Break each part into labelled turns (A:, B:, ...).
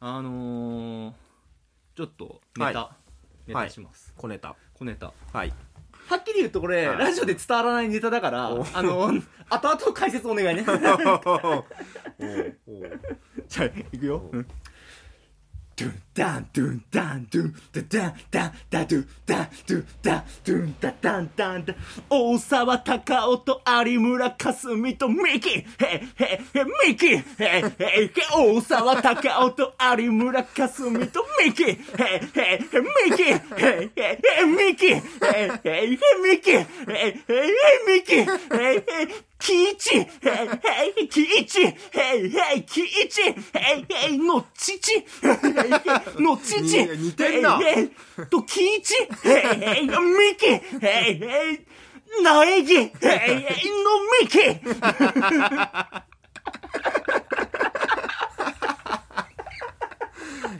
A: あのー、ちょっとネタ、
B: は
A: ネタします、
B: 小ネタ
A: 小ネタは
B: はい
A: っきり言うとこれ、
B: はい
A: ラジオで伝わらないネタだから
B: お
A: あ の後々解説お願いね
B: おーおー
A: じゃあいくようんドゥンダンドゥンダンドゥンダダンダンダドゥンダンドゥンダンドゥンダダンダンダン大沢たかおと有村架純とミキへへへミキへへへ大沢たかおと有村架純とミキへへへミキへへへミキへへへミキへへへミキへへへキイチへいへいキイチへいへいキイチへいへいのちちへいへいのちち
B: に似てんな
A: へいへいとキイチへいへいのミキへいへい苗木へいへいのミキ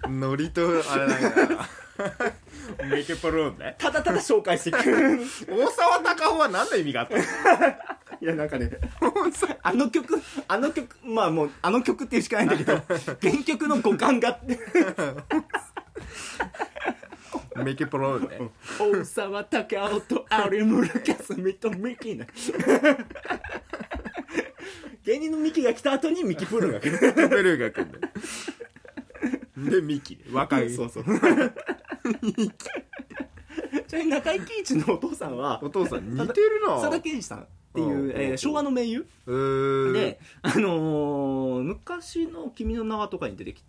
B: ノリとあれなんだなメケポローンね
A: ただただ紹介していく
B: 大沢たかおは何の意味があったの
A: いやなんかねあの曲あの曲まあもうあの曲っていうしかないんだけど原曲の五感が
B: メケポローンね
A: 大沢たかおと有村架純とミキな芸人のミキが来た後にミキプールが来る
B: ペルーが来るんだよでミキね若い
A: そう そうちなみに中井貴一のお父さんは
B: お父さん似てるな、
A: 佐田圭二さんっていううんえー昭和の名優
B: うーん
A: で、あのー昔の「君の名は」とかに出てき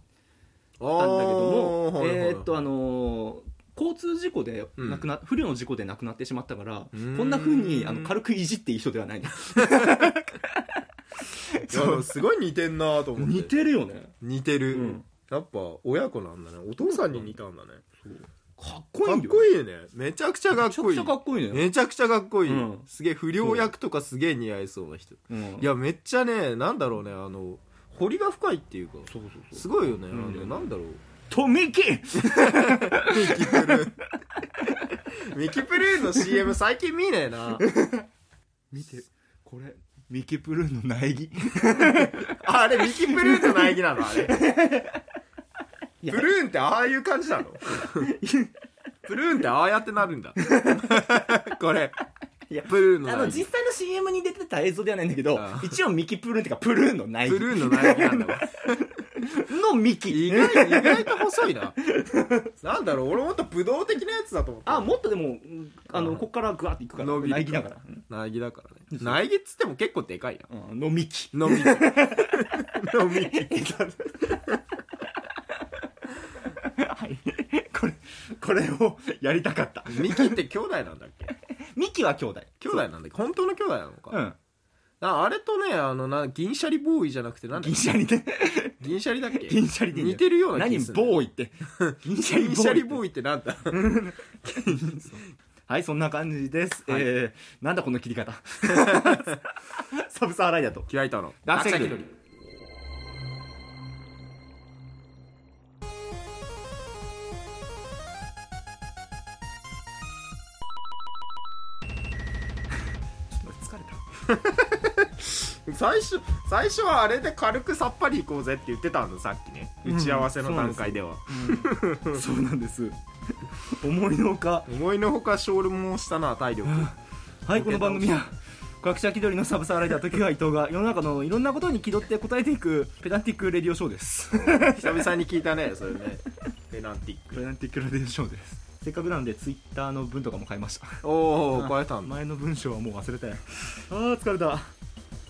B: あ
A: たんだけども
B: ーはいはい
A: えーっとあのー交通事故で亡くな、不慮の事故で亡くなってしまったからこ
B: ーん
A: んなふうにあの軽くいじっていい人では ないです
B: いやすごい似てんなと思って
A: 似てるよね
B: 似てる、
A: うん
B: やっぱ親子なんだねお父さんに似たんだね
A: かっこいいよ
B: かっこいいよねめちゃくちゃか
A: め
B: っ
A: ちゃ
B: こ
A: く
B: いい
A: ちゃかっこいいのよ、
B: めちゃくちゃかっこいい、
A: うん
B: すげえ不良役とかすげえ似合いそうな人
A: うん
B: いやめっちゃねなんだろうねあの彫りが深いっていうか
A: そうそうそう
B: すごいよね、
A: ん
B: あのなんだろう
A: とミキ
B: ミキプルーンミキプルー ンの CM 最近見ねえな
A: 見てこれミキプルーンの苗木
B: ああれミキプルーンの苗木なのあれプ
A: や
B: ルーンってああいう感じなのプルーンってああやってなるんだこれ
A: いや
B: プルーンの
A: あの
B: 苗木
A: 実際の CM に出てた映像ではないんだけど
B: ああ
A: 一応ミキプルーンっていうかプルーンの苗木
B: プルーンの苗木なんだわ
A: のミ
B: 意
A: キ
B: 外意外と細いな なんだろう俺もっと武道的なやつだと思った
A: あもっとでもうんあのこっからグワッていくから
B: 伸びる
A: 苗木だから
B: 苗木だからね苗木っつっても結構でかいな
A: うんうんのミキ
B: のみのみ
A: はいこれこれをやりたかった
B: ミキって兄弟なんだっけ
A: ミキは兄弟
B: 兄弟なんだっけ本当の兄弟なのか、
A: うん
B: ああれとねあのな銀シャリボーイじゃなくてなんだ
A: 銀
B: っけ
A: シャリで
B: 銀シャリだっけ
A: 銀シャリでいいんだ
B: 似てるような気
A: 何
B: するね
A: ボーイって銀シャリボ
B: 銀シ
A: ー
B: ャ
A: イ
B: リ
A: って
B: ボーイってな んだ
A: はい、そんな感じです。
B: はい
A: えー、なんだこの切り 方。サブサーライダーと。
B: 開いたの
A: 学者気取り 疲れ
B: 最初最初はあれで軽くさっぱりいこうぜって言ってたんださっきね打ち合わせの段階では、
A: た。そうなんです。思いのほか。
B: 思いのほか消耗したな体力
A: はい、この番組は。学者気取りのサブサーライダー時は伊藤が世の中のいろんなことに気取って答えていくペダンティックレディオショーです。
B: 久々に聞いたねそれねペナンティッ
A: ペ
B: ク
A: ダンティックレディオショーです。せっかくなんでツイッターの文とかも変えました。
B: おお超えたんだ
A: 前の文章はもう忘れたよあー疲れた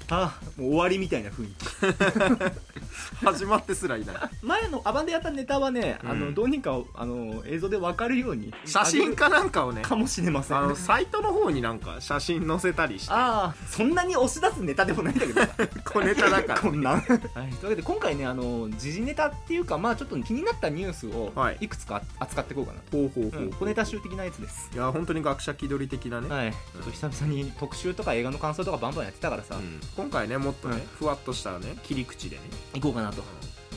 A: あーもう終わりみたいな雰囲気
B: 始まってすらいない
A: 前のアバンでやったネタはね、
B: うん
A: あのどうにかあの映像で分かるように
B: 写真かなんかをね
A: かもしれません
B: あ
A: あ
B: のサイトの方になんか写真載せたりして
A: あーそんなに押し出すネタでもないんだけど
B: 小ネタだから
A: こんなん、はい、というわけで今回ねあの時事ネタっていうかまあちょっと気になったニュースを
B: はい
A: いくつか扱っていこうかなと、
B: ほうほうほ
A: うん、小ネタ集的なやつです
B: いや本当に学者気取り的なね、
A: はい、ちょっと久々に特集とか映画の感想とかバンバンやってたからさ、
B: うん今回ねもっとね、
A: うん
B: ふわっとしたね切り口でね
A: 行こうかなと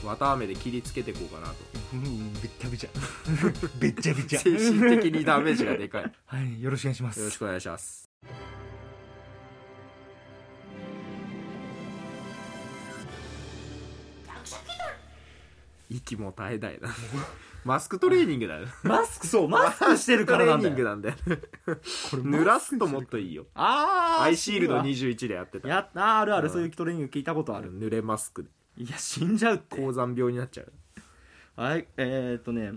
B: 綿あめで切りつけていこうかなと
A: うんべったべちゃ べっちゃべちゃ
B: 精神的にダメージがでかいよ
A: はい、よろしくお願いします。
B: ろしくお願いします息も絶え絶えだマスクトレーニングだ よ
A: マスクそうマスクしてるからなんだ
B: マスクトレーニング
A: よ
B: なんだよね
A: これ
B: 濡らすともっといいよ
A: ああ
B: アイシールド21でやってた
A: やあーあるある、
B: うん
A: そういうトレーニング聞いたことある、
B: 濡れマスクで
A: いや死んじゃうって
B: 高山病になっちゃう
A: はいえー、っとね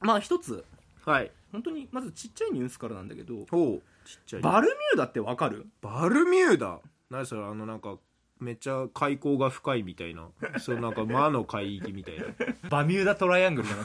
A: まあ一つ
B: はい
A: 本当にまずちっちゃいニュースからなんだけど
B: ほうちっちゃい
A: バルミューダってわかる
B: バルミューダ何それあのなんかめっちゃ海溝が深いみたいなそうなんか魔の海域みたいな
A: バミューダトライアングルじゃ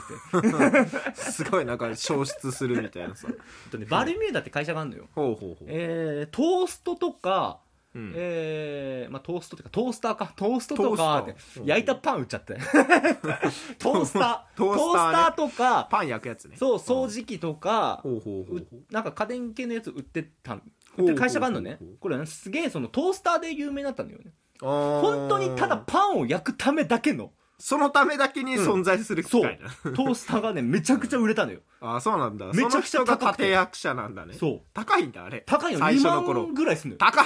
A: な くて、
B: すごいなんか消失するみたいなさ
A: えっとね、バルミューダって会社があるのよ
B: ほうほうほう、
A: えー、トーストとか、
B: うん
A: えーまあ、トーストとかトースターかトーストとか
B: トースター
A: 焼いたパン売っちゃって トースター
B: トースターね
A: トースターとか
B: パン焼くやつね
A: そう掃除機とか
B: ほうほうほうほう
A: なんか家電系のやつ売ってたん売
B: ほう
A: ってる会社があるのね
B: ほうほうほう
A: これねすげえそのトースターで有名になったんだよね
B: 本
A: 本当にただパンを焼くためだけの
B: そのためだけに存在する機
A: そう
B: 械な、
A: トースターがねめちゃくちゃ売れたのよ
B: ああそうなんだ
A: めちゃくちゃ
B: その人が
A: 高くて
B: 立役者なんだね
A: そう
B: 高いんだあれ
A: 高いの
B: 最
A: 2
B: 初の頃
A: 万ぐらいすんのよ
B: 高い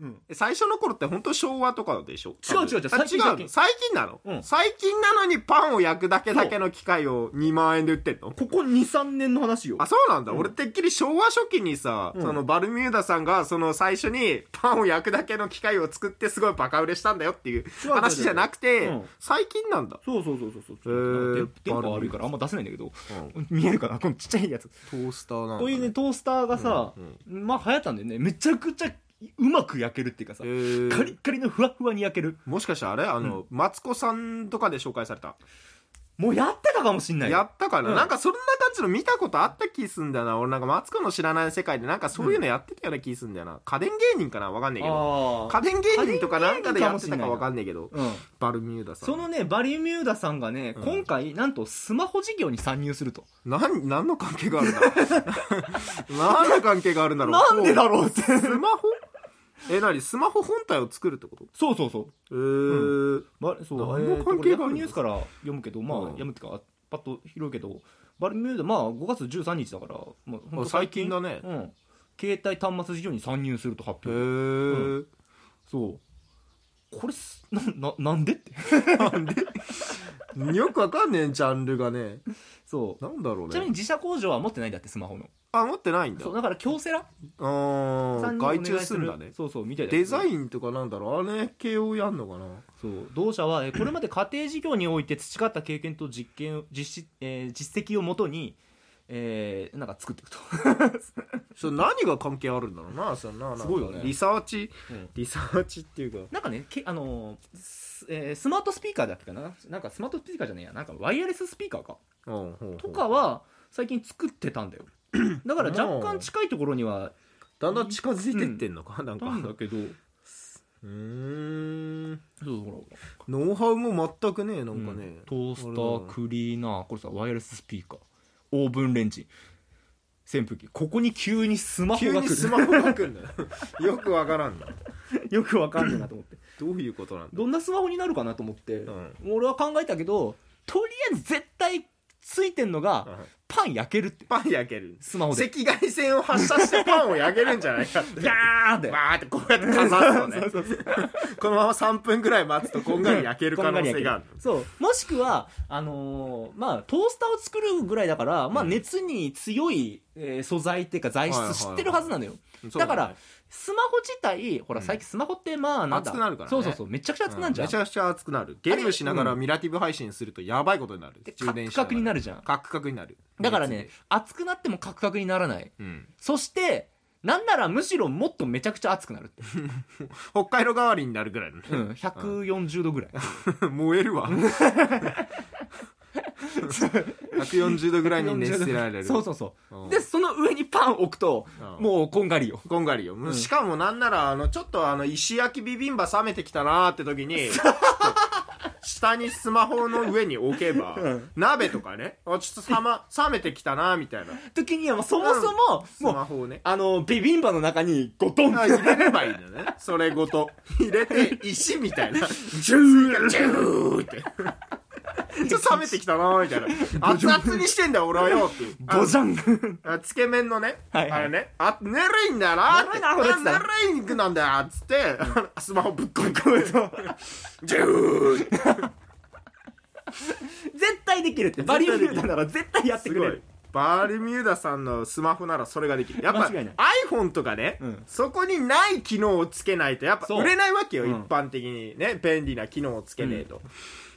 A: うん
B: 最初の頃って本当昭和とかでしょ
A: 違う違う違う
B: あ
A: 最近
B: の
A: 最近
B: 最近なの、
A: うん
B: 最近なのにパンを焼くだけだけの機械を2万円で売ってんの
A: ここ23年の話よ
B: あ、そうなんだ。
A: うん
B: 俺てっきり昭和初期にさ、
A: うん
B: そのバルミューダさんが、その最初にパンを焼くだけの機械を作ってすごいバカ売れしたんだよっていう
A: 違う
B: 話じゃなくて、
A: うん
B: 最近なんだ。
A: そうそうそうそうそ
B: へー
A: うなんか電電波悪いからあんま出せないんだけど見えるかなこのちっちゃいやつ
B: トースターなんだ、
A: こういうねトースターがさ
B: うん
A: まあ流行ったんだよねめちゃくちゃうまく焼けるっていうかさ
B: えー
A: カリッカリのふわふわに焼ける
B: もしかしてあれあの、マツコさんとかで紹介された。
A: もうやってたかもしんないよ
B: やったかな、
A: うん
B: なんかそんな感じの見たことあった気すんだよな。俺なんかマツコの知らない世界でなんかそういうのやってたような気すんだよな。家電芸人かなわかんないけ
A: あ
B: ど。家電芸人とかなんかでや
A: 家電芸人
B: って
A: かもしん
B: た
A: な
B: か
A: いな
B: わかんないけど。
A: あうん
B: バルミューダさん。
A: そのねバリミューダさんがね、
B: うん
A: 今回なんとスマホ事業に参入すると
B: なん、何の関係があるんだ 何の関係があるんだろう
A: なんでだろうって
B: スマホえ、なにスマホ本体を作るってこと
A: そうそうそう
B: えー、
A: まそう
B: 何の
A: えーと
B: 関係があ
A: こ
B: る
A: れ
B: の
A: ニュースから読むけどまあ、
B: うん
A: 読むっていうかパッと拾うけどバルミューダまあ5月13日だから、まあほんと
B: あ最近だね
A: うん、携帯端末事業に参入すると発
B: え
A: 表
B: ー、
A: そうこれすなななんでって
B: よくわかんねえ、ジャンルがね。
A: そ
B: なんだろう
A: うちなみに
B: ね。
A: 自社工場は持ってないんだってスマホの
B: あ、持ってないんだ。
A: そうだから京セラ
B: あー、
A: お願
B: 外
A: い
B: 注
A: す
B: す
A: る
B: るんだね。
A: そうそうみたいだよ
B: デザインとかなんだろうあれ系をやんのかな
A: そう同社はえーこれまで家庭事業において培った経験と実験実,、えー実績をもとに、えーなんか作っていくと
B: それ何が関係あるんだろうなそんななんか
A: すごいよね
B: リサーチ、
A: うん
B: リサーチっていうか
A: なんかねけ、あのーすえースマートスピーカーだっけかななんかスマートスピーカーじゃねえやなんかワイヤレススピーカーか
B: うんほうほう
A: とかは最近作ってたんだよだから若干近いところには
B: だんだん近づいてってんのか、ないんか
A: たんだけど
B: うーん
A: そうほら
B: ノウハウも全くねなんかね、
A: うんトースタ
B: あれ
A: ー
B: だ
A: クリーナーこれさワイヤレススピーカーオーブンレンジ扇風機ここに急にスマホ
B: 急
A: が
B: にス
A: 来
B: マホが来るのよくわからんな
A: るよくわかんねえなと思って
B: どういうことなんだ
A: どんなスマホになるかなと思って、
B: ん
A: 俺は考えたけどとりあえず絶対ついてんのが、
B: うん
A: パン焼けるって
B: パン焼ける
A: スマホ
B: 赤
A: で
B: 外線を発射してパンを焼けるんじゃないかって
A: ガーンって
B: わーってこうやってかざすと
A: そう
B: ね
A: そうそう
B: このまま3分ぐらい待つとこんがり焼ける可能性がある
A: そうもしくはあのーまあトースターを作るぐらいだから、まあ、
B: うん
A: 熱に強い、えー素材っていうか材
B: はいは
A: 質
B: いは
A: 知っ
B: い
A: てるはずなのよ、
B: そう
A: だか
B: ね
A: らスマホ自体ほら
B: うん
A: 最近スマホってまあなんだ、
B: 熱くなるからね
A: そうそうそうめちゃくちゃ熱くなるじゃん、
B: めちゃくちゃ熱くなるゲームしなが
A: あ
B: ら
A: れ
B: ミラティブ配信するとやばいことになる
A: でカ
B: 充
A: ク
B: 電
A: カクにな
B: る
A: るじゃん
B: カクカクになる
A: だからね熱くなってもカクカクにならない
B: うん
A: そしてなんならむしろもっとめちゃくちゃ熱くなる って、
B: 北海道代わりになるぐらいのね
A: うん、140度ぐらい
B: 燃えるわ140度ぐらいに熱せられる
A: そうそうそううんでその上にパン置くと、
B: うん
A: もうこんがりよ
B: こんがりよ、
A: ん
B: しかもなんならあのちょっとあの石焼きビビンバ冷めてきたなーって時に下にスマホの上に置けば、
A: うん
B: 鍋とかねあちょっと冷,、ま、冷めてきたなーみたいな
A: 時にはもうそもそも、
B: ス
A: もう
B: マホをね
A: あのビビンバの中にゴトン
B: あ入れればいいんだねそれごと入れて石みたい な
A: ジュー
B: ジューって。ちょっと冷めてきたなーみたいな。熱々にしてんだよ、俺はよっていう。
A: ボジャ ン
B: あつけ麺のね、
A: はいはい
B: あれね、あ、ぬるいんだよなーっ
A: ぬるい
B: て。
A: なこれっつって
B: あぬるい肉なんだよっつって、スマホぶっこい
A: ゴトン
B: ジューって。
A: 絶対できるってバリューフィルダーなら絶対やって
B: す
A: く
B: ご
A: れ
B: い
A: る
B: バルミューダさんのスマホならそれができるやっぱ
A: 間違いない
B: iPhone とかね、
A: うん
B: そこにない機能をつけないとやっぱ
A: そう
B: 売れないわけよ、
A: うん
B: 一般的にね便利な機能をつけねえと、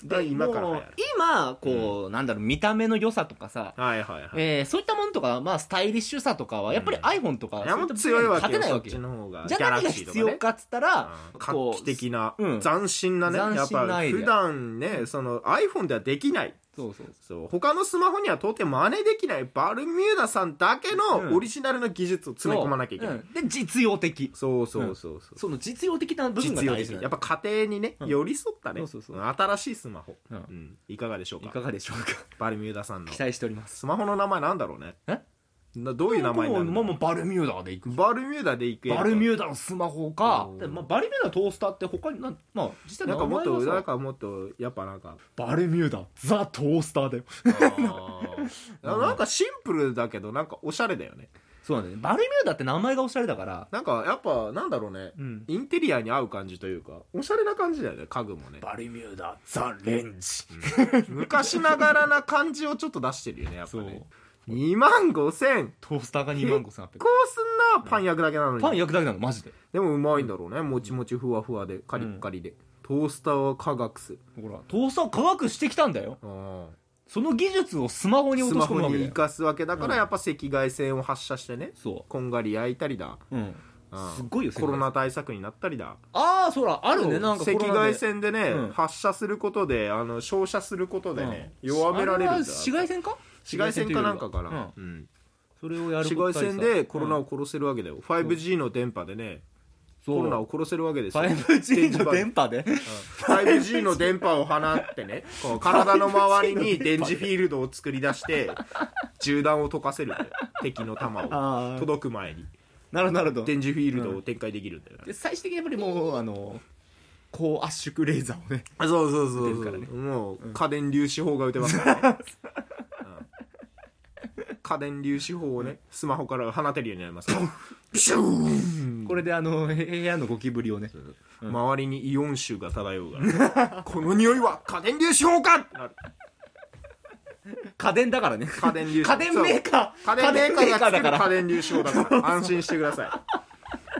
B: だから今から流
A: もう
B: 行る
A: 今こうなんだろう見た目の良さとかさ
B: はいはいはい
A: えーそういったものとかまあスタイリッシュさとかはやっぱり iPhone とか
B: いやもっと強いわけ
A: 勝
B: よ
A: てないわけ
B: そっち
A: よ
B: の方が
A: じゃあ何が必要かっつったら
B: 画
A: こ
B: 期
A: う
B: 的な、
A: うん
B: 斬新なね
A: 斬新な
B: やっぱ
A: アイデア
B: 普段ねその iPhone ではできない
A: そうそう
B: そう他のスマホには到底真似できないバルミューダさんだけ
A: う
B: の
A: ん
B: オリジナルの技術を詰め込まなきゃいけない、
A: うんで実用的
B: そうそうそうそう、
A: その実用的な部分が
B: 実用
A: 大
B: 的
A: 事な
B: に
A: の
B: やっぱ家庭にね、
A: うん
B: 寄り添ったね
A: そうそうそう
B: 新しいスマホ、
A: う
B: うんんいかがでしょうか
A: いかがでしょう か
B: バルミューダさんの
A: 期待しております
B: スマホの名前なんだろうね
A: え
B: などういう名前になる
A: もう
B: の
A: もうバルミューダでいく
B: バルミューダで行く
A: バルミ
B: ュー
A: ューダのスマホか
B: うん
A: でまあ、バルミューダのトースターって他になんまあ実際
B: なんか
A: 名
B: もっ
A: 前
B: とな
A: は
B: ん
A: さ
B: かもっとやっぱなん か
A: バルミューダザトースターだよ
B: ななんかシンプルだけどなんかおしゃれだよね
A: そうなんだねバルミューダって名前がおしゃれだから
B: なんかやっぱなんだろうね、
A: うん
B: インテリアに合う感じというかおしゃれな感じだよね家具も ね
A: バルミューダザレンジ
B: 昔ながらな感じをちょっと出してるよねやっぱ
A: そう
B: ね2万5000円
A: トースターが2万5800
B: こうすんなパン焼くだけなのに
A: パン焼くだけなのマジで
B: でもうまいんだろうね、もちもちふわふわでカリッカリで、トースターは化学する
A: ほらトースター科学してきたんだよ
B: あ
A: その技術をスマホに
B: ー
A: 落
B: ス
A: と
B: マ
A: し込
B: ホ
A: むわけだ
B: に生
A: よ
B: かすわけだから、
A: うん
B: やっぱ赤外線を発射してね
A: そ
B: こんがり焼いたりだ、
A: ううん
B: うん
A: すごいよ
B: コロナ対策になったりだ
A: ああそらあるねなんかコロナ
B: 赤
A: で
B: 外線でね、
A: うん
B: 発射することであの照射することでね、弱められる
A: あ
B: んだ
A: は紫外線か
B: 紫外線かなんかから、
A: うん
B: うん
A: それをやる
B: 紫
A: こと
B: 外
A: 自体
B: 線でコロナ
A: うん
B: を殺せるわけだよ 5G の電波でね、
A: そう
B: コロナを殺せるわけですよ
A: 5G の電波で
B: 5G の電波を放っ てね、こう体の周りに電磁フィールドを作り出して、銃弾を溶かせるん だよ。敵の弾を。
A: ああ
B: 届く前に。
A: なるほどなるほど
B: 電磁フィールドを展開できるんだよな。
A: で最終的にやっぱりもうあの高圧縮レーザーをね
B: あそうそうそ
A: 打てる
B: う
A: からね
B: もう、家電粒子砲が打てますからね。うん家電粒子砲をね、スマホから放てるようになります から。ピシューン
A: これであのへ部屋のゴキブリをねうん
B: 周りにイオン臭が漂うから。この匂いは家電粒子砲かってなる
A: 家電だからね
B: 家電粒子
A: 家電メーカー
B: 家電メーカーが作る
A: 家
B: 家
A: 電
B: 電流子だから安心してくださ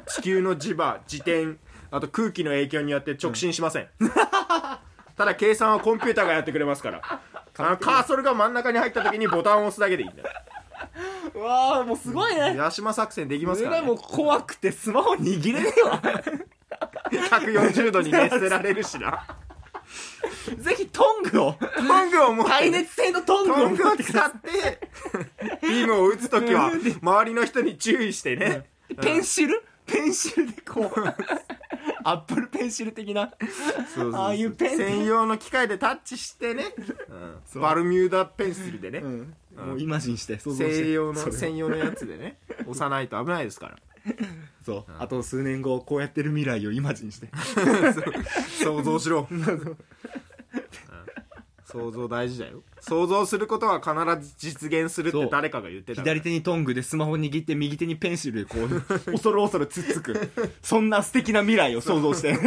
B: い地球の磁場自転あと空気の影響によって直進しません、ただ計算はコンピューターがやってくれますからあのカーソルが真ん中に入った時にボタンを押すだけでいいんだよ
A: うわあもうすごいね
B: 八島作戦できます
A: 俺
B: か
A: ら
B: ら、ね
A: もう、怖くてスマホ握れねえわ
B: 140度に熱せられるしな
A: ぜひトング を
B: トングを持って
A: 耐熱性のトング
B: ト
A: を
B: ングを使ってビームを打つ時は周りの人に注意してね
A: ペンシルペンシルでこう アップルペンシル的な
B: そうそうそう
A: ああいうペンで
B: 専用の機械でタッチしてね、
A: そう
B: バルミューダペンシルでね、
A: もうイマジンして想像して
B: 専用の
A: それを
B: 専用のやつでね押さないと危ないで すから
A: そうあと数年後こうやってる未来をイマジンして
B: 想像しろ、うん想像大事だよ想像することは必ず実現するっ
A: そ
B: て
A: う
B: 誰かが言ってたから
A: 左手にトングでスマホ握って右手にペンシルでこう恐る恐るつっつくそんな素敵な未来を想像して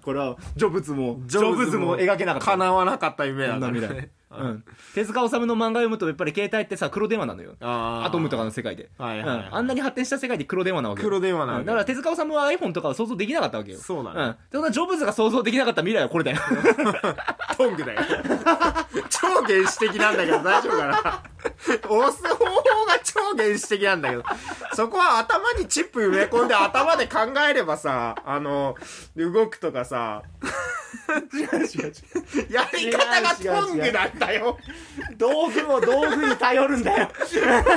A: これはジョブズもジョブズも描けなかった
B: 叶わなかった夢
A: そ
B: だ
A: ん
B: か
A: な
B: らね
A: 未 来、うん、手塚治虫の漫画読むとやっぱり携帯ってさ黒電話なのよ
B: あー
A: アトムとかの世界で、
B: はいはいはい
A: うんあんなに発展した世界で黒電話なわけよ
B: 黒電話なわけ
A: うんだから手塚治虫は iPhone とかは想像できなかったわけよ
B: そうだね
A: ん、そんなジョブズが想像できなかった未来はこれだよ
B: トングだよ 超原始的なんだけど大丈夫かな押す方法が超原始的なんだけどそこは頭にチップ埋め込んで頭で考えればさあの動くとかさ
A: 違う違う違う
B: やり方がトングなんだよ
A: 道具を道具に頼るんだよ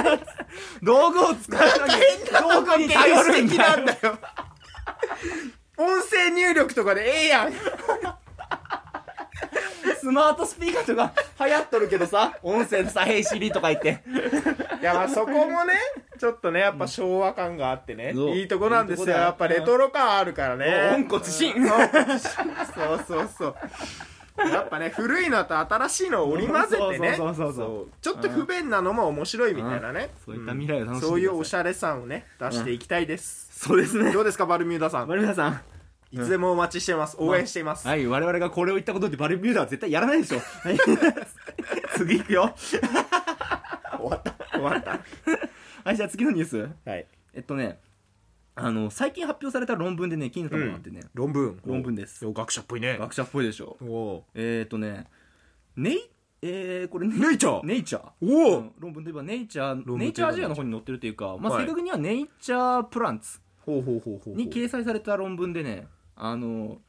A: 道具を使うのに道具に頼るんだよ
B: なんだよ音声入力とかでええやん
A: スマートスピーカーとか流行っとるけどさ音声でさ「ヘイシリ」とか言って
B: いやまあそこもねちょっとねやっぱ昭和感があってね、
A: そう
B: いいとこなんですよ
A: いいとこだよ
B: やっぱレトロ感あるからね
A: 温故知新
B: そうそうそう。やっぱね、古いのと新しいのを織り交ぜてね。
A: そうそうそうそう
B: ちょっと不便なのも面白いみたいなね。
A: うんそういった未来を楽しんでください
B: そういうおしゃれさをね、出していきたいです。
A: そうですね
B: どうですか、バルミューダさん。
A: 丸村さん
B: いつでもお待ちしてます。応援しています。
A: はい、我々がこれを言ったことでバルミューダは絶対やらないでしょ。はい、 次行くよ。
B: 終わった。終わった。
A: はい、じゃあ次のニュース。
B: はい。
A: えっとね、あの、最近発表された論文でね、気になったものがあってね、
B: 論文。
A: 論文です。
B: お。学者っぽいね。
A: 学者っぽいでしょ。
B: お
A: えー、っとね、ネイ、えー、これね
B: ネイチャー
A: ネイチャー。
B: おお
A: うん論文といえばネイチャー、
B: 文といえば
A: ネイチャーアジアの方に載ってるというか、まあ、
B: はい
A: 正確にはネイチャープランツ
B: ほうほうほうほう。
A: に掲載された論文でね、あの、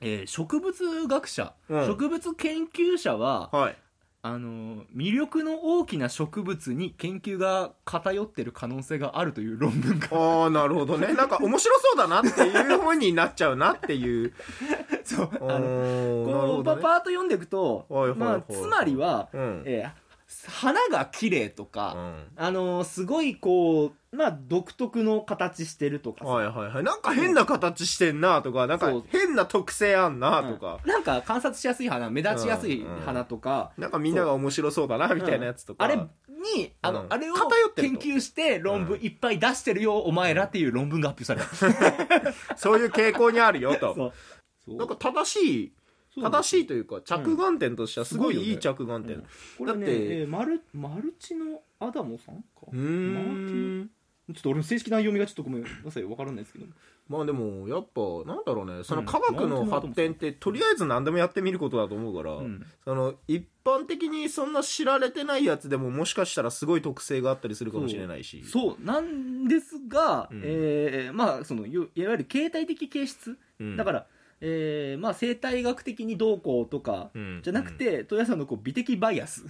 A: えー植物学者、
B: うん
A: 植物研究者は、
B: はい。
A: あの魅力の大きな植物に研究が偏ってる可能性があるという論文 が
B: ああ、なるほどね。なんか面白そうだなっていう本になっちゃうなっていう。
A: そう
B: お
A: あの
B: ーなる
A: こ
B: ほ
A: うパ
B: ど
A: パ
B: ね
A: ーッと読んでいくと、
B: はいはいはい
A: まあ、つまりは、
B: うん
A: えー花が綺麗と
B: う
A: か、
B: ん
A: あのすごいこう、まあ、独特の形してるとかさ
B: はいはいはい。なんか変な形してんなとか、なんか
A: そう
B: 変な特性あんな
A: うん
B: とか、
A: なんか観察しやすい花目立ちやすい花とか、
B: なんかみんなが面白そうだなみたいなやつとか。
A: あれにあの、
B: うん
A: あれを
B: 偏ってる
A: 研
B: と
A: 究して論文いっぱい出してるよ、お前らっていう論文が発表された、
B: そういう傾向にあるよ と。
A: そうそう
B: なんか正しい、正しいというか、着眼点としてはすごいいい着眼点。
A: これ
B: だ
A: ね
B: っ
A: え
B: て
A: ーマルマルチのアダモさんか
B: うー
A: マーティン
B: ん。
A: ちょっと俺の正式な読みがちょっとごめんなさい分からないですけど
B: まあでも、やっぱ、なんだろうね、その
A: うん
B: 科学の発展って、とりあえず何でもやってみることだと思うから、
A: ん
B: その、一般的にそんな知られてないやつでも、もしかしたらすごい特性があったりするかもしれないし。
A: そうなんですが、
B: うん
A: えーまあそのよいわゆる形態的形質、
B: うん
A: だから、えーまあ、生態学的にどうこうとか、
B: うん
A: じゃなくて、豊田さんのこう美的バイ アス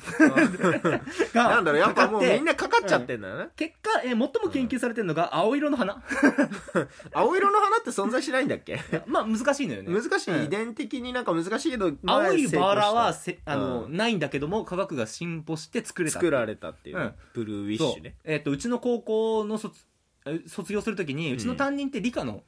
A: が
B: なんだろう、やっぱもう
A: かかて
B: みんなかかっちゃってんだよね。
A: 結果、えー最も研究されてるのが青色の 花
B: 青色の花って存在しないんだっ け
A: まあ難しいのよね
B: 難し
A: うん
B: い、遺伝的になんか難しいけど、
A: 青いバラは
B: 成
A: せ
B: 功し
A: あの、
B: う
A: ないんだけども科学が進歩して作れ
B: た
A: た
B: 作られたっていうね、
A: うん
B: ブルーウィッ
A: そう
B: シュね。
A: えっ、とうちの高校の卒え卒業するときにうちの担任って理科の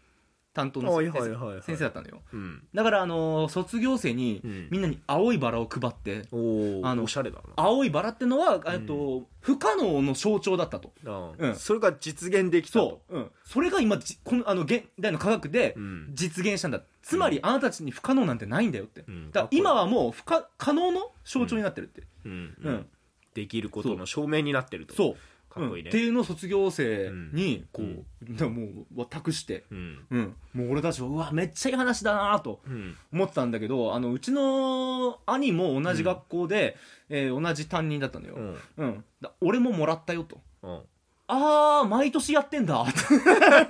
A: 担当の
B: はい
A: 先
B: はい
A: 生
B: はいはい
A: 先生だったのよ
B: うん。
A: だからあのー卒業生に
B: うん
A: みんなに青いバラを配って
B: お
A: あの
B: お、おしゃれだ
A: 青いバラってのは、えっと不可能の象徴だったと
B: な。うん
A: うん
B: それが実現できたと。
A: そう、うん、それが今じこのあの現代の科学で
B: うん
A: 実現したんだ、つまりあなたたちに不可能なんてないんだよって、
B: うん
A: だから今はもう不可可能の象徴になってるって、
B: うん
A: うん
B: できることの証明になってると
A: そう
B: かっこいいね
A: うんっていうのを卒業生にこう、
B: うん
A: でもう託して、
B: うん
A: うん、もう俺たちはうわめっちゃいい話だなと
B: うん
A: 思ってたんだけどあのうちの兄も同じ学校で、えー同じ担任だったのよ、
B: うん
A: うんだ俺ももらったよと
B: うん
A: あー毎年やってんだ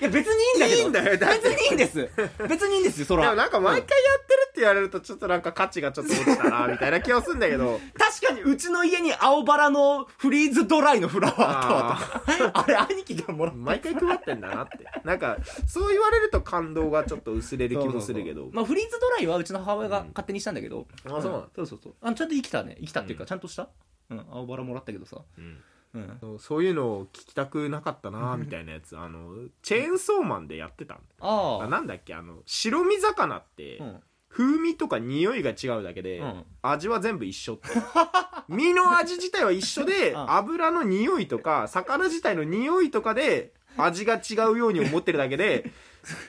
A: いや別にいいんだけど
B: いいんだよだって
A: 別にいいんです別にいいんですよそ
B: でも
A: ら
B: なんか毎回やってるって言われるとちょっとなんか価値がちょっと落ちたなみたいな気がするんだけど
A: 確かにうちの家に青バラのフリーズドライのフラワーあったわとあれ兄貴がもらった
B: 毎回配ってんだなってなんかそう言われると感動がちょっと薄れる気もするけど
A: まあ、フリーズドライはうちの母親が勝手にしたんだけど、
B: うんあそうなんだ
A: そうそうそうあのちゃんと生きたね生きたっていうか、ちゃんとした、うん、青バラもらったけどさ、
B: うん
A: うん、
B: そういうのを聞きたくなかったなみたいなやつあのチェーンソーマンでやってたんだ
A: ああ
B: あなんだっけあの白身魚って
A: うん
B: 風味とか匂いが違うだけで、
A: うん
B: 味は全部一緒って 身の味自体は一緒で、
A: うん
B: 油の匂いとか魚自体の匂いとかで味が違うように思ってるだけ で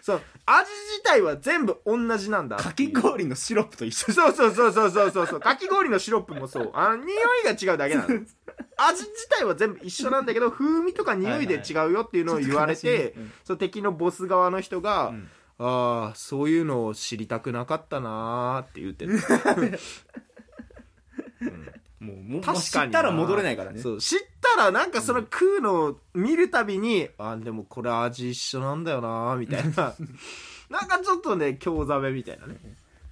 B: そう味自体は全部同じなんだ
A: かき
B: 氷
A: 氷のシロップと一緒
B: そうそうそうそうそうそうそうかき氷のシロップもそうあの匂いが違うだけ なの味自体は全部一緒なんだけど風味とか匂いで違うよっていうのを言わ
A: はいは
B: れ
A: いちょってと悲しいねうん
B: そう敵のボス側の人が、
A: ん
B: ああそういうのを知りたくなかったなーって言ってる
A: もうもう
B: 確かに
A: 知ったら戻れないからね
B: そう知ったらなんかその食うのを見るたびに、あでもこれ味一緒なんだよなーみたい ななんかちょっとね興ざめみたいなね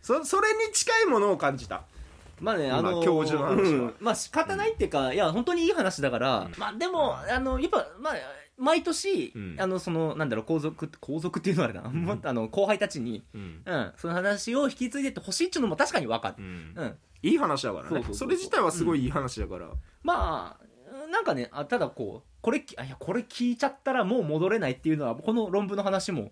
B: そそれに近いものを感じた
A: まあね
B: 今
A: あの
B: 教授の話は
A: うんまあ仕方ないっていうか、いや本当にいい話だから、まあでもあのやっぱまあ毎年、
B: うん
A: あのそのなんだろう皇族皇族っていうのはあれだな、もっとあの後輩たちに、
B: うん、
A: うん、その話を引き継いでってほしいっていうのも確かに分かる、うん、
B: いい話だからね
A: そ
B: そ
A: そう
B: う
A: そうそう
B: れ自体はすごいいい話だから、
A: まあ、なんかね、あただこう、これきあいやこれ聞いちゃったらもう戻れないっていうのはこの論文の話 も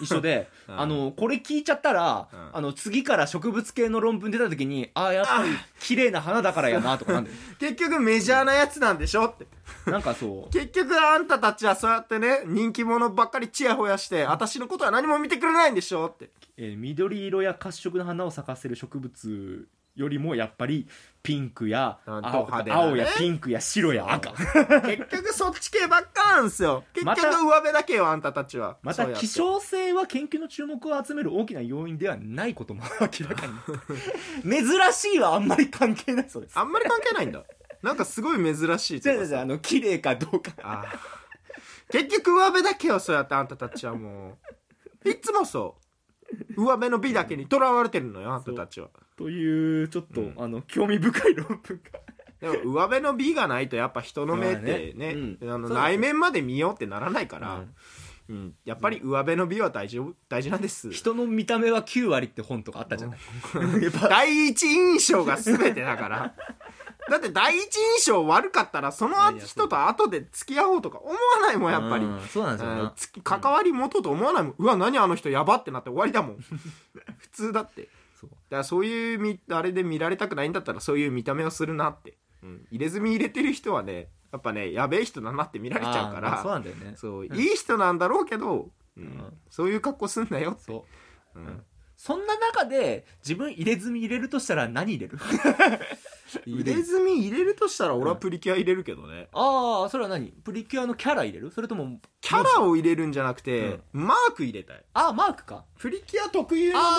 A: 一緒で、
B: うん
A: あのこれ聞いちゃったら、
B: うん
A: あの次から植物系の論文出た時にああやっぱり綺麗な花だからやなとかなんで
B: 結局メジャーなやつなんでしょって。
A: なんかそう
B: 結局あんたたちはそうやってね、人気者ばっかりチヤホヤして、私のことは何も見てくれないんでしょって。
A: えー緑色や褐色の花を咲かせる植物よりもやっぱりピンクや
B: うん
A: 青,、
B: ド派手なね
A: 青やピンクや白や赤
B: 結局そっち系ばっかなんですよ。結
A: ま
B: 局
A: た
B: 上辺だけよ、あんたたちは。
A: ま
B: そ
A: た
B: うやって
A: 希少性は研究の注目を集める大きな要因ではないことも明らか に珍しいはあんまり関係ないそうです
B: あんまり関係ないんだ。なんかすごい珍しいと
A: じゃ
B: か
A: あじゃあじゃああの綺麗かどうか
B: ああ結局上辺だけよ、そうやってあんたたちはもう。いつもそう。上辺の美だけにとらわれてるのよ、あんたたちは。
A: というちょっと、
B: うん
A: あの興味深い論文が
B: でも上辺の美がないとやっぱ人の目っ
A: まあ
B: て
A: ね
B: ね、
A: うん
B: あの
A: そうです
B: 内面まで見ようってならないから、
A: う
B: うんんやっぱり上辺の美は大丈夫大事なんです。
A: 人の見た目は9割って本とかあったじゃないやっぱ
B: 第一印象が全てだから。だって第一印象悪かったらその人と後で付き合おうとか思わないもんやっぱり。
A: うんそうなんですよ
B: うん
A: な
B: つき関わり持とうと思わないもん、うわ何あの人やばってなって終わりだもん 普通だって
A: そう
B: だからそういうみあれで見られたくないんだったらそういう見た目をするなって、うん、入れ墨入れてる人はねやっぱねやべえ人だなって見られちゃうから
A: あーそうなんだよね
B: そう
A: うん
B: いい人なんだろうけど、うん
A: ん
B: そういう格好すんなよ、
A: そう
B: うん
A: んそんな中で自分入れ墨入れるとしたら何入れる
B: 入れ墨入れるとしたら俺はプリキュア入れるけどね、
A: ああそれは何プリキュアのキャラ入れるそれとも
B: キャラを入れるんじゃなくて、マーク入れたい
A: ああマークか
B: プリキュア特有のマークっ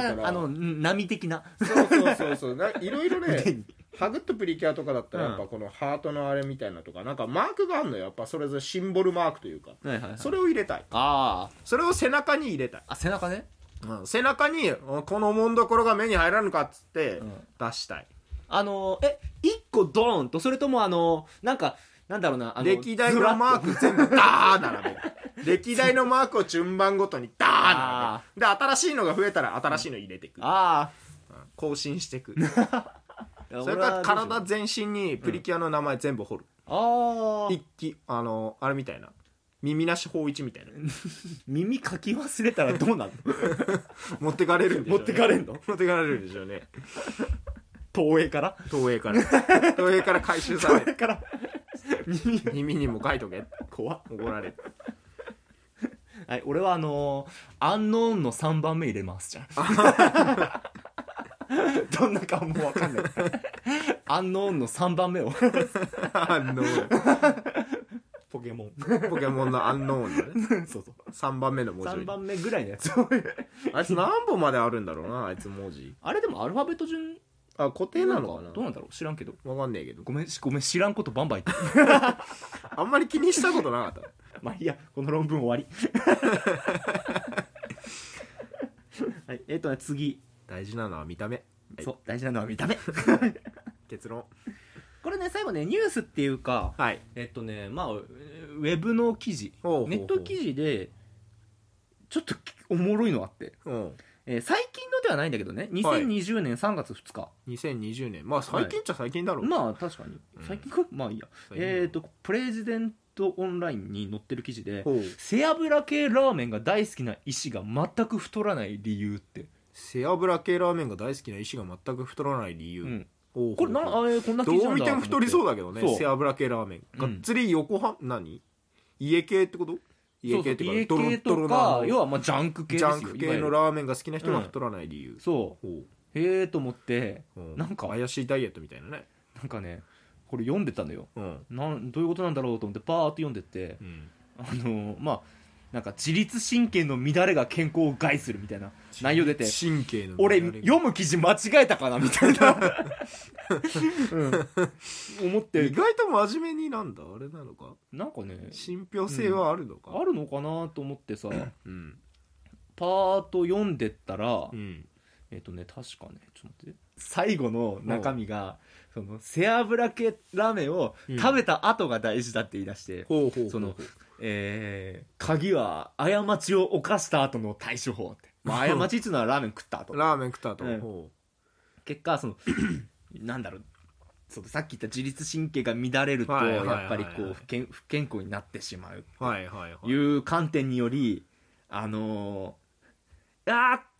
B: てあるから
A: あの波的な
B: そうそうそうそ うないろいろね
A: 腕に
B: ハグとプリキュアとかだったら
A: うん
B: やっぱこのハートのあれみたいなとかなんかマークがあるのよやっぱそれぞれシンボルマークというか
A: はいはい、はい、
B: それを入れたい
A: あー
B: それを背中に入れたい、
A: あ背中ね
B: うん背中にうんこのもんどころが目に入らぬかっつって
A: うん
B: 出したい、
A: あのえ一個ドーンとそれともあのなんかなんだろうなあの
B: 歴代
A: ずらっ
B: の
A: と
B: マーク全部ダー並 べる歴代のマークを順番ごとにダー並べるで新しいのが増えたら新しいの入れていく、
A: あ
B: うん更新していく
A: あ
B: それから体
A: あ
B: 全身にプリキュアの名前全部彫る、
A: あー
B: 一気あのあれみたいな耳なし法一みたいな
A: 耳かき忘れたらどうな るの
B: 持ってかれるんでしょう
A: 持
B: ね
A: ってかれんの
B: 持ってかれるんでしょうね
A: 東映から
B: 東映から東映から回収され
A: 東映から耳が
B: 耳にも書いとけ
A: 怖っ
B: 怒られ る
A: はい俺はあのーアンノーンの3番目入れますじ ゃんどんなかもう分かんないアンノーンの3番目を
B: あの
A: ポケモン
B: ポケモンのアンノーンのね
A: そうそう
B: 3番目の文字
A: 3番目ぐらいのやつを
B: あいつ何本まであるんだろうなあいつ文字
A: あれでもアルファベット順
B: あ固定なのかな
A: どうなんだろう知らんけど
B: わかんねえけど
A: ごめんしごめん知らんことバンバン 言って
B: あんまり気にしたことなかっ
A: まあいいやこの論文終わり はいえっ、とね次、
B: た大事なのは見た目はい
A: そう大事なのは見た目
B: 結論
A: これね最後ねニュースっていうか
B: はい
A: えっとねまあウェブの記事
B: ほうほうほう
A: ネット記事でちょっとおもろいのあって、
B: うん
A: えー最近のではないんだけどね
B: はい
A: 2020年3月2日、
B: 2020年まあ最近っちゃ最近だろう、
A: まあ確かに
B: うん
A: 最近か、まあいいや
B: 最近
A: えっ、とプレジデントオンラインに載ってる記事で
B: ほう
A: 背脂系ラーメンが大好きな医師が全く太らない理由って、
B: 背脂系ラーメンが大好きな石が全く太らない理由、
A: うん
B: ほうほ
A: こ
B: う
A: れ
B: ほ
A: なあ
B: う
A: えーこんな記
B: ど
A: 事なんだ
B: う見ても太りそうだけど
A: そ
B: ね
A: う
B: 背脂系ラーメン
A: うん
B: がっつり横は何家系ってこと
A: そ
B: 家
A: うそ
B: 系
A: う
B: って
A: 家
B: か
A: 系
B: ド
A: と
B: ロッドロのあ
A: か
B: の
A: 要はまあジャンク系です
B: ジ
A: よ
B: ャンク系の
A: いわ
B: ラーメンが好きな人が太らない理
A: ゆ
B: 由
A: る、そう
B: ほ
A: へえと思って
B: うほう
A: なんか
B: 怪しいダイエットみたいなね
A: なんかねこれ読んでたのよ
B: うん
A: なんどういうことなんだろうと思ってバーッと読んでって
B: うん
A: あのーまあなんか自律神経の乱れが健康を害するみたいな内容出て
B: 神経の
A: 俺
B: 乱れが
A: 読む記事間違えたかなみたいな、うん、思っ
B: 意
A: て
B: 外と真面目になんだあれなのか
A: なんかね
B: 信憑性はあるの
A: あ
B: か
A: るのかなと思ってさ
B: うん
A: パーッと読んでったら、
B: うん
A: えっ、とね確かねちょっと待って最後の中身がその背脂系ラーメンを
B: うん
A: 食べた後が大事だって言い出して、
B: ほうほう
A: そのえー鍵は過ちを犯した後の対処法 って、まあ、過ちっていうのはラーメン食った後
B: ラーメン食った
A: うん
B: と
A: 結果その なんだろうそうさっき言った自律神経が乱れると、
B: はいはいはいはい
A: やっぱりこう不健不健康になってしまう
B: はいはいはい
A: いう観点によりあのー、あー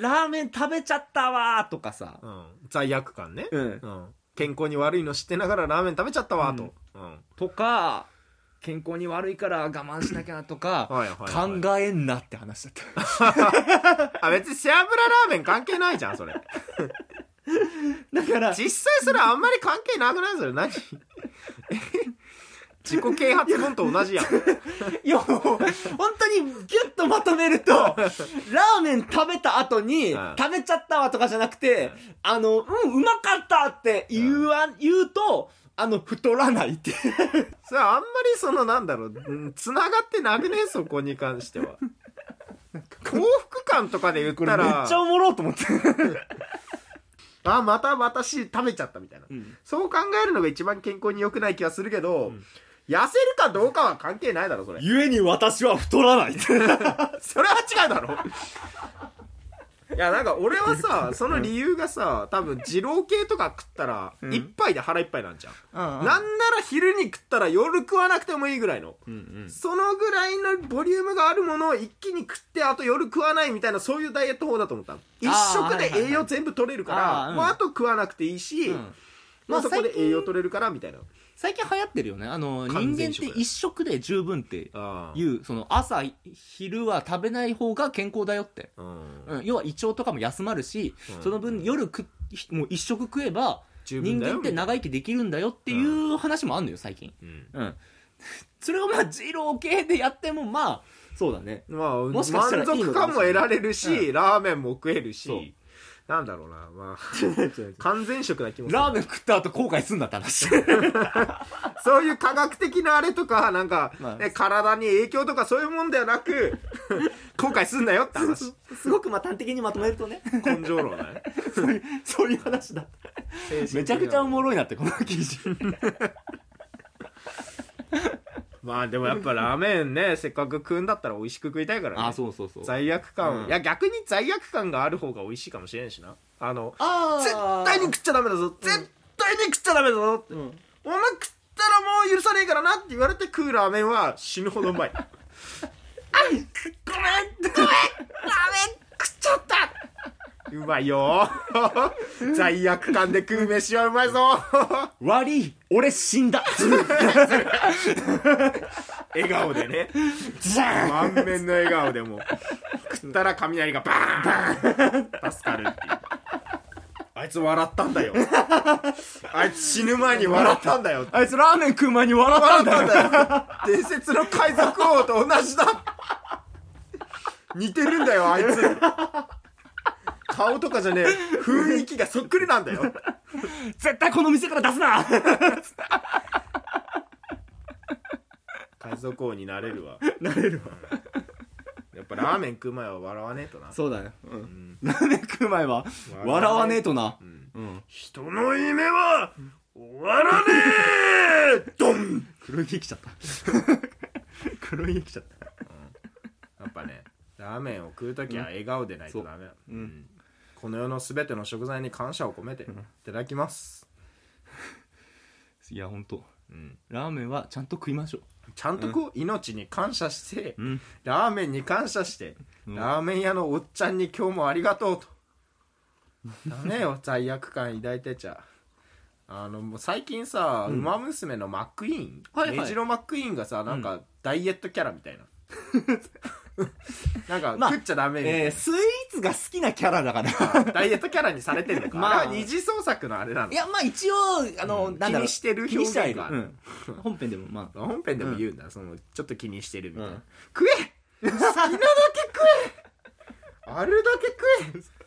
A: ラーメン食べちゃったわーとかさ、
B: うん、罪悪感ね、
A: うん、
B: うん、健康に悪いの知ってながらラーメン食べちゃったわと、うん
A: とか健康に悪いから我慢しなきゃとか
B: はいはいはい、
A: 考えんなって話だった
B: あ別に背脂ラーメン関係ないじゃんそれ
A: だから
B: 実際それあんまり関係なくないそ れ何自己啓発本と同じやん
A: いや、もう本当にギュッとまとめ ると、ラーメン食べた後に、
B: うん
A: 食べちゃったわとかじゃなくて、あの、うん、うまかったって言わ、言うと、あの、太らないって。
B: それあんまりそのなんだろうつながってなくねそこに関しては幸福感とかで言っ
A: これ
B: た
A: めっ
B: ら
A: ちゃおもろうと思って。
B: あまた私食べちゃったみたいな、
A: うん
B: そう考えるのが一番健康に良くない気がするけど、痩せるかどうかは関係ないだろそれ
A: ゆえに私は太らないって。
B: それは違うだろいやなんか俺はさその理由がさ多分二郎系とか食ったら
A: うん
B: 一杯で腹いっぱいなんじゃん、
A: な
B: なんなら昼に食ったら夜食わなくてもいいぐらいの
A: うんうん。
B: そのぐらいのボリュームがあるものを一気に食ってあと夜食わないみたいなそういうダイエット法だと思ったの一食
A: はいはい
B: で
A: はい
B: 栄養全部取れるから、
A: あーうん
B: もうあと食わなくていいし、
A: うん
B: まあ、そこ
A: まあ最
B: で
A: 近
B: 栄養取れるからみたいな
A: 最近流行ってるよね。あの、人
B: 完
A: 間っ
B: 全
A: て
B: 食
A: 一食で十分って
B: あ
A: い、う、その、朝、昼は食べない方が健康だよって。
B: うん
A: うん、要は胃腸とかも休まるし、
B: うん
A: その分夜食っもう一食食えば
B: 十
A: 人
B: 分だよ
A: 間って長生きできるんだよっていう話もあるのよ最近、
B: うん
A: うん、それをまあ二郎系でやってもまあそうだ ね
B: まあ、
A: もしかしたらいいの
B: 満足感も得られるし、
A: う
B: ラーメンも食える
A: そう
B: し、なんだろうな、まあ、 完全食な気もする
A: ラーメン食った後後悔 すんなって話
B: そういう科学的なあれとか、なんか、
A: まあ
B: ね体に影響とかそういうもんでは なく、後悔すんなよって話。
A: すごくまあ端的にまとめるとね
B: 根性論だね。
A: そういう そういう話だめちゃくちゃおもろいなってこの記事
B: まあでもやっぱラーメ ンね、せっかく食うんだったら美味しく食いたいから ね。
A: あそう そうそう
B: 罪悪感、
A: うん
B: いや逆に罪悪感がある方が美味しいかもしれんしな。あの、
A: あ
B: 絶対に食っちゃダメだぞ絶対に食っちゃダメだぞって、
A: ん
B: お前食ったらもう許さねえからなって言われて食うラーメンは死ぬほどう まいあごめんごめんラーメン食っちゃったうまい よ罪悪感で食う飯はうまいぞ
A: 悪い俺死 んだ
B: 笑顔でね
A: じゃん
B: 満面の笑顔でもう食ったら雷がバーンバーン助かるっていうあいつ笑ったんだよあいつ死ぬ前に笑ったんだよ
A: あいつラーメン食う前に笑った
B: 笑
A: ん
B: っ
A: だ
B: た
A: よ
B: んだよ伝説の海賊王と同じだ似てるんだよあいつ顔とかじゃねえ雰囲気がそっくりなんだよ
A: 絶対この店から出す な
B: 海賊王になれるわ
A: なれるわ
B: やっぱラーメン食う前は笑わねえとな
A: そうだねうんラーメン食う前は
B: 笑わねえ
A: 笑わねえとなうん
B: 人の夢は終わらねえドン
A: 黒い毛来ちゃった 黒い毛来ちゃった
B: やっぱねラーメンを食う時は笑顔でないとダメだ、
A: ん
B: うんこの世の全ての食材に感謝を込めていただきます、
A: いや本当
B: うん、
A: ラーメンはちゃんと食いましょう
B: ちゃんとこう命に感謝して、
A: うん
B: ラーメンに感謝して、
A: うん
B: ラーメン屋のおっちゃんに今日もありがとうと。ダメ よ、罪悪感抱いてちゃ。あの、もう最近さ、ウマ娘のマックイーン、
A: はいはい
B: メジロマックイーンがさ、なんか、ダイエットキャラみ たいな。なんか、
A: まあ
B: 食っちゃダメみたい
A: えースイーツが好きなキャラだから
B: なダイエットキャラにされてんの か。
A: まあ
B: あれは二次創作のあれなの
A: い。やまあ一応あの
B: うん
A: なんだろ
B: 気
A: う
B: にしてる
A: 気にしてはいる
B: 表現
A: うん本編でもまあ
B: 本編でも言うんだ、そのちょっと気にしてるみたいな、
A: うん
B: 食え好 きなだけ食えあるだけ食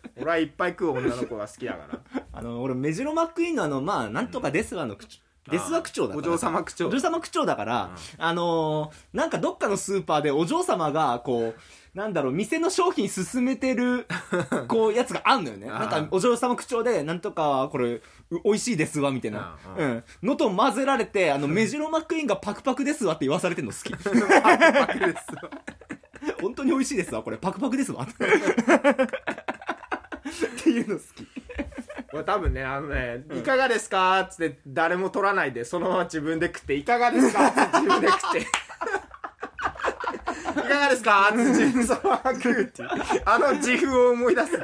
B: え俺はいっぱい食う女の子が好きだから
A: あの俺メジロマックイーンのあのまあなんとかデスワの口デスワ口調だから
B: お嬢様口調
A: お嬢様口調だから、あのーなんかどっかのスーパーでお嬢様が、こう、なんだろう、店の商品進めて る、こう、やつがあんのよね。な
B: あー
A: んか、お嬢様口調で、なんとか、これ、う美味しいですわ、みたいな。
B: あ
A: う
B: ー
A: ん。のと混ぜられて、あの、メジロマックイーンがパクパクですわって言わされてんの好 き。
B: パクパクです
A: 本当に美味しい ですわ、これ、パクパクですわ。っていうの好き。
B: これ多分ね、あのね、いかがですかっつって誰も取らないで、そのまま自分で食って、いかがですかっつって自分で食 って。いかがですかっつって自分そのまま食うっていう。あの自負を思い出す。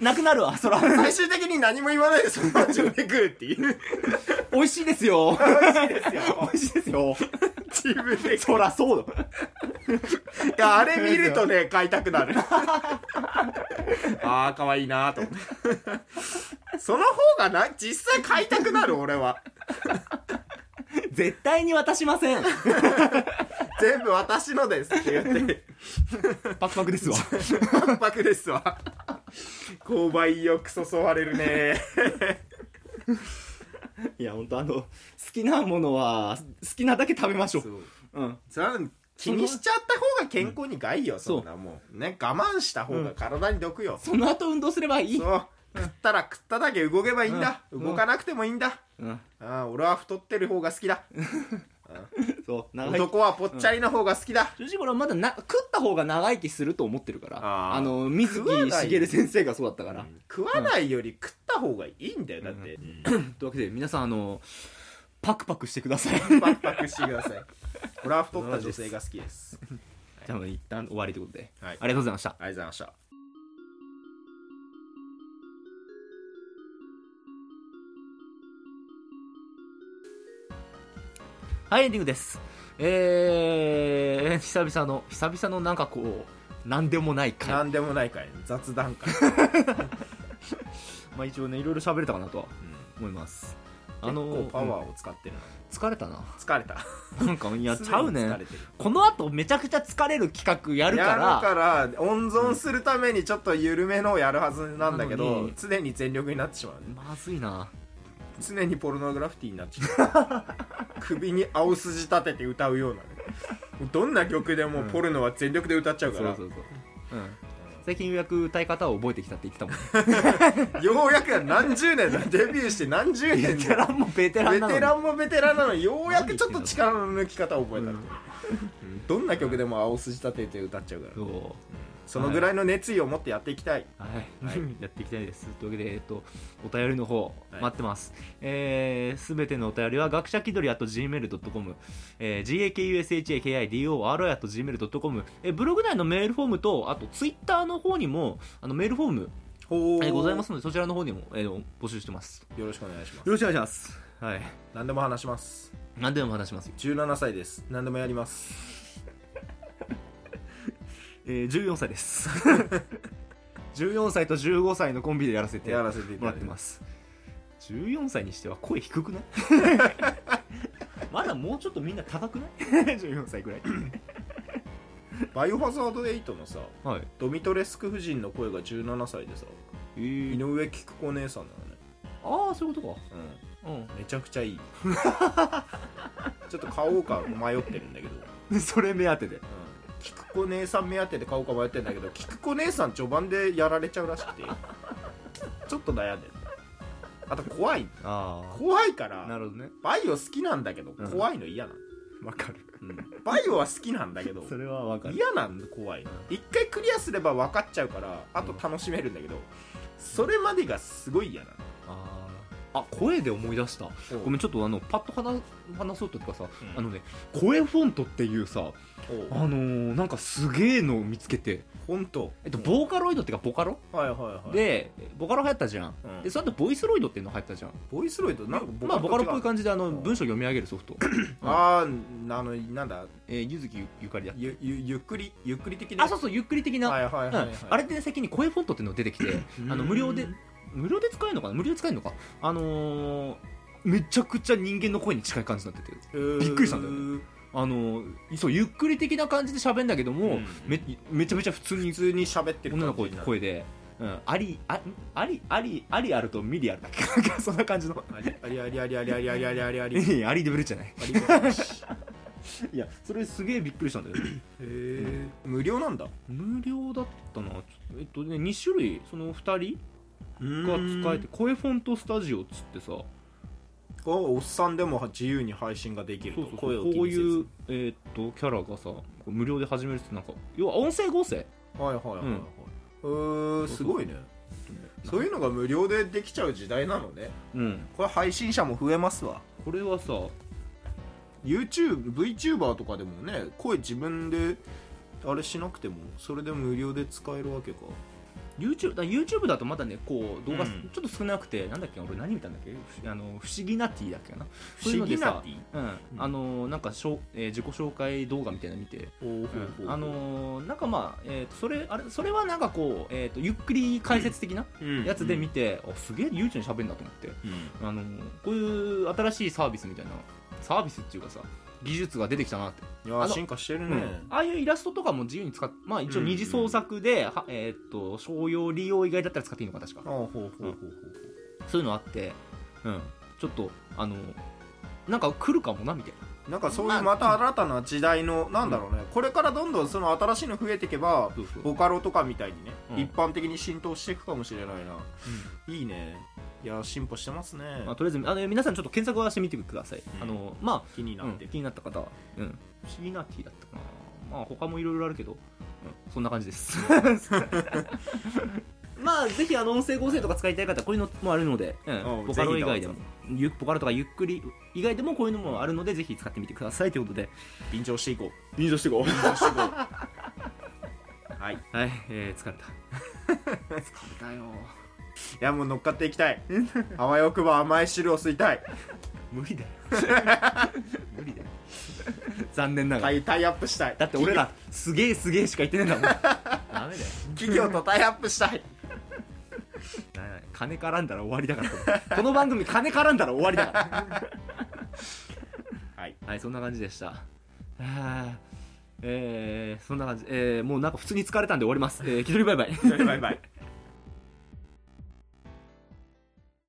A: なくなるわ、そら。
B: 最終的に何も言わないでそのまま自分で食うっていう。
A: 美味しいですよ。美味しいですよ。
B: 自分で
A: そらそうだ。
B: いや、あれ見るとね、買いたくな る。ああ、可愛いなと思って。 その方がな、実際買いたくなる、俺は。
A: 絶対に渡しません。
B: 全部私のですって言って、
A: パクパクですわ。
B: パクパクですわ。購買意欲そそわれるね。
A: いや、本当あの、好きなものは、好きなだけ食べましょう。うん。
B: それは気にしちゃった方が健康に害よ、そんなもう。ね、我慢した方が体に毒よ。
A: その後運動すればいい。
B: そう。食ったら食っただけ動けばいいんだ。
A: うん
B: 動かなくてもいいんだ。
A: うん。
B: ああ、俺は太ってる方が好きだ。
A: そう、長生き。
B: 男はぽっちゃりの方が好きだ。
A: 主人公はまだな、食った方が長生きすると思ってるから。
B: あー
A: の、水
B: 食わ
A: 木
B: ない
A: しげる先生がそうだったから。
B: 食わないより食った方がいいんだよだって、
A: というわけで、皆さん、あの、パクパクしてください。
B: パクパクしてくださいこれは太った女性が好きです
A: じゃあ、一旦終わりということで。
B: はい
A: ありがとうございました。
B: ありがとうございました
A: はい、エンディングです。えー、久々の、久々のなんかこう、なんでもない回。
B: 何でもないから、ね、雑談会、
A: まあ一応ね、いろいろ喋れたかなとは思います。あの
B: 結構パ
A: うん
B: ワーを使ってるな、
A: 疲れたな。
B: 疲れた
A: なんか、い や、ちゃうね
B: 常に
A: ん
B: 疲れ。てる
A: この後めちゃくちゃ疲れる企画やるから、
B: やるから温存するためにちょっと緩めのをやるはずなんだけ
A: なの
B: ど
A: に
B: 常に全力になってしまうね
A: まずいな。
B: 常にポルノグラフィティになってしま う首に青筋立てて歌うようなねどんな曲でもポルノは全力で歌っちゃうから、
A: うそう。うん。最近ようやく歌い方を覚えてきたって言ってたもん。
B: ようやくや何十年だデビューして何十
A: ベ
B: 年
A: テ
B: だ
A: ランもベテラン
B: ベ
A: なの
B: テ
A: に
B: ランもベテランなのにようやくちょっと力の抜き方を覚えたってうんどんな曲でも青筋立てて歌っちゃうから
A: そう。
B: そのぐらいの熱意を持ってやっていきたい
A: はい、
B: はい
A: やっていきたいです。というわけで、えっと、お便りの方、
B: はい
A: 待ってます。えー、すべてのお便りは、学者気取り at gmail.com、えー、gakushakidoro at gmail.com、えー、ブログ内のメールフォームと、あと、ツイッターの方にも、あの、メールフォーム、
B: ほ
A: えーございますので、そちらの方にも、えー募集してます。よ
B: よろしくお願いします
A: ろしくお願いします。はい。
B: 何でも話します
A: 何でも話しますよ。
B: 17歳です何でもやります
A: えー、14歳 です。14歳と15歳のコンビでやらせて
B: やらせてい
A: も
B: た
A: ら
B: だ
A: っ
B: い
A: て
B: て
A: ますす14歳にしては声低 くないまだもうちょっとみんな高くない ?14 歳ぐらい
B: バイオハザード8のさ
A: はい
B: ドミトレスク夫人の声が17歳でさ
A: え
B: 井
A: ー、
B: 上菊子姉さんなのね
A: ああそういうことか
B: うん
A: う
B: めちゃくちゃい いちょっと買おうか迷ってるんだけど、うん、
A: んそれ目当てで
B: 菊子姉さん目当てで買おうか迷ってるんだけど菊子姉さん序盤でやられちゃうらし くてちょっと悩んでるあと怖い
A: あ
B: 怖いか
A: あな
B: ら
A: るほどね
B: バイオ好きなんだけど
A: うん
B: 怖いの嫌なの、
A: わかる
B: うんバイオは好きなんだけど
A: それはわかる
B: 嫌なんだ怖いの
A: う
B: 一回クリアすれば分かっちゃうからあと楽しめるんだけどそれまでがすごい嫌なの
A: あーあ声で思い出したごめんちょっとあのパッと話話そうとかさ、
B: うん
A: あのね声フォントっていうさ
B: おう
A: あのー、なんかすげえのを見つけて
B: 本当
A: えっとボーカロイドっていうかボカロ、
B: はいはいはい
A: でボカロ流行ったじゃん、
B: うん
A: でその後ボイスロイドっていうの流行ったじゃん
B: ボイスロイドなんか
A: まあボカロっぽい
B: じ
A: 感じであの
B: うん
A: 文章読み上げるソ フト、
B: あーあのなんだ
A: えー、ゆずきゆゆかりだ
B: ゆゆゆっくりゆっくり的な
A: あそうそうゆっくり的な、
B: はいはいはい、はい
A: うんあれってね最近に声フォントっていうのが出て きてあの無料で無料で使えるのかな無料で使えるのかあのー、めちゃくちゃ人間の声に近い感じになってて
B: び
A: っくりしたんだよねあのー、そうゆっくり的な感じで喋んだけども、
B: うん
A: めめちゃめちゃ普通に
B: 普通に喋ってる
A: 女の子
B: になる
A: 声で、うん、ありあありありありあるとミリあるだっけ なんかそんな感じの
B: ありありありありありありありありありありありありあり
A: いやアリデブルじゃない
B: あり
A: いやそれすげえびっくりしたんだよ
B: へー無料なんだが
A: 無料だったなちょえっとね2種類その2人が使えて声フォントスタジオっつってさ
B: おっさんでも自由に配信ができる
A: そ
B: と
A: うそうそう
B: 声を気
A: こう
B: にせず
A: いう、えーっとキャラがさ無料で始めるってなんか要は音声合成
B: はいはいはいはい、うーすごいねそういうのが無料でできちゃう時代なのね
A: うん
B: これ配信者も増えますわ
A: これはさ
B: YouTubeVTuber とかでもね声自分であれしなくてもそれで無料で使えるわけか
A: YouTube だ YouTube だとまだねこう動画
B: う
A: ち
B: ん
A: ょっと少なくて、なんだっけ俺何見たんだっけふあの不思議なティーだっけかな
B: 不思議
A: そ
B: な
A: ういうのでさうん
B: うん
A: あのなんかしょ、えー自己紹介動画みたいなの見て、あのーなんかまあ、えー、とそれあれそれはなんかこう、えー、とゆっくり解説的なやつで見て、あすげえゆうちゃん喋んなと思って、あのーこういう新しいサービスみたいなサービスっていうかさ技術が出てきたなって
B: いや
A: あ
B: ー
A: の
B: 進化してるね、
A: うんああいうイラストとかも自由に使って、まあ、一応
B: うん
A: 二次創作で、はえーっと商用利用以外だったら使っていいのか確か
B: ああほうほうほうほう
A: そういうのあって、うん、ちょっとあのなんか来るかもなみたい
B: なんかそういうまた新たな時代のなんだろうねこれからどんどんその新しいの増えていけば
A: なそうそう、
B: ボカロとかみたいにね、
A: うん
B: 一般的に浸透していくかもしれないないいねいやー進歩してますね、
A: まあ、とりあえずあの皆さんちょっと検索はしてみてください、
B: うん
A: あのま
B: 気に
A: あ、
B: な
A: う
B: っ
A: ん
B: てる、
A: 気になった方は、うん、不思議なティーだったかなまあ他もいろいろあるけど、うん、そんな感じです まあぜひあの音声合成とか使いたい方はこういうのもあるので、う、
B: うんん
A: ボカロ以外で
B: ぜ
A: もゆボカロとかゆっくり以外でもこういうのもあるのでぜひ使ってみてくださいということで
B: 便乗していこう
A: 臨場していこう
B: 便乗していこうはいい
A: はい、えー、疲れた疲れたよ
B: やもう乗っかっていき たいあわよくば甘い汁を吸いたい
A: 無理だよ 無理だよ 残念ながら、
B: タイタイアップしたい
A: だって俺らすげえすげえしか言ってねえんだもん ダメだよ
B: 企業とタイアップしたい
A: ないない金絡んだら終わりだから この番組金絡んだら終わりだから
B: はい
A: はいそんな感じでしたあ ーえー、そんな感じ、えー、もうなんか普通に疲れたんで終わります、えー、気取りバイバイ
B: バイバイ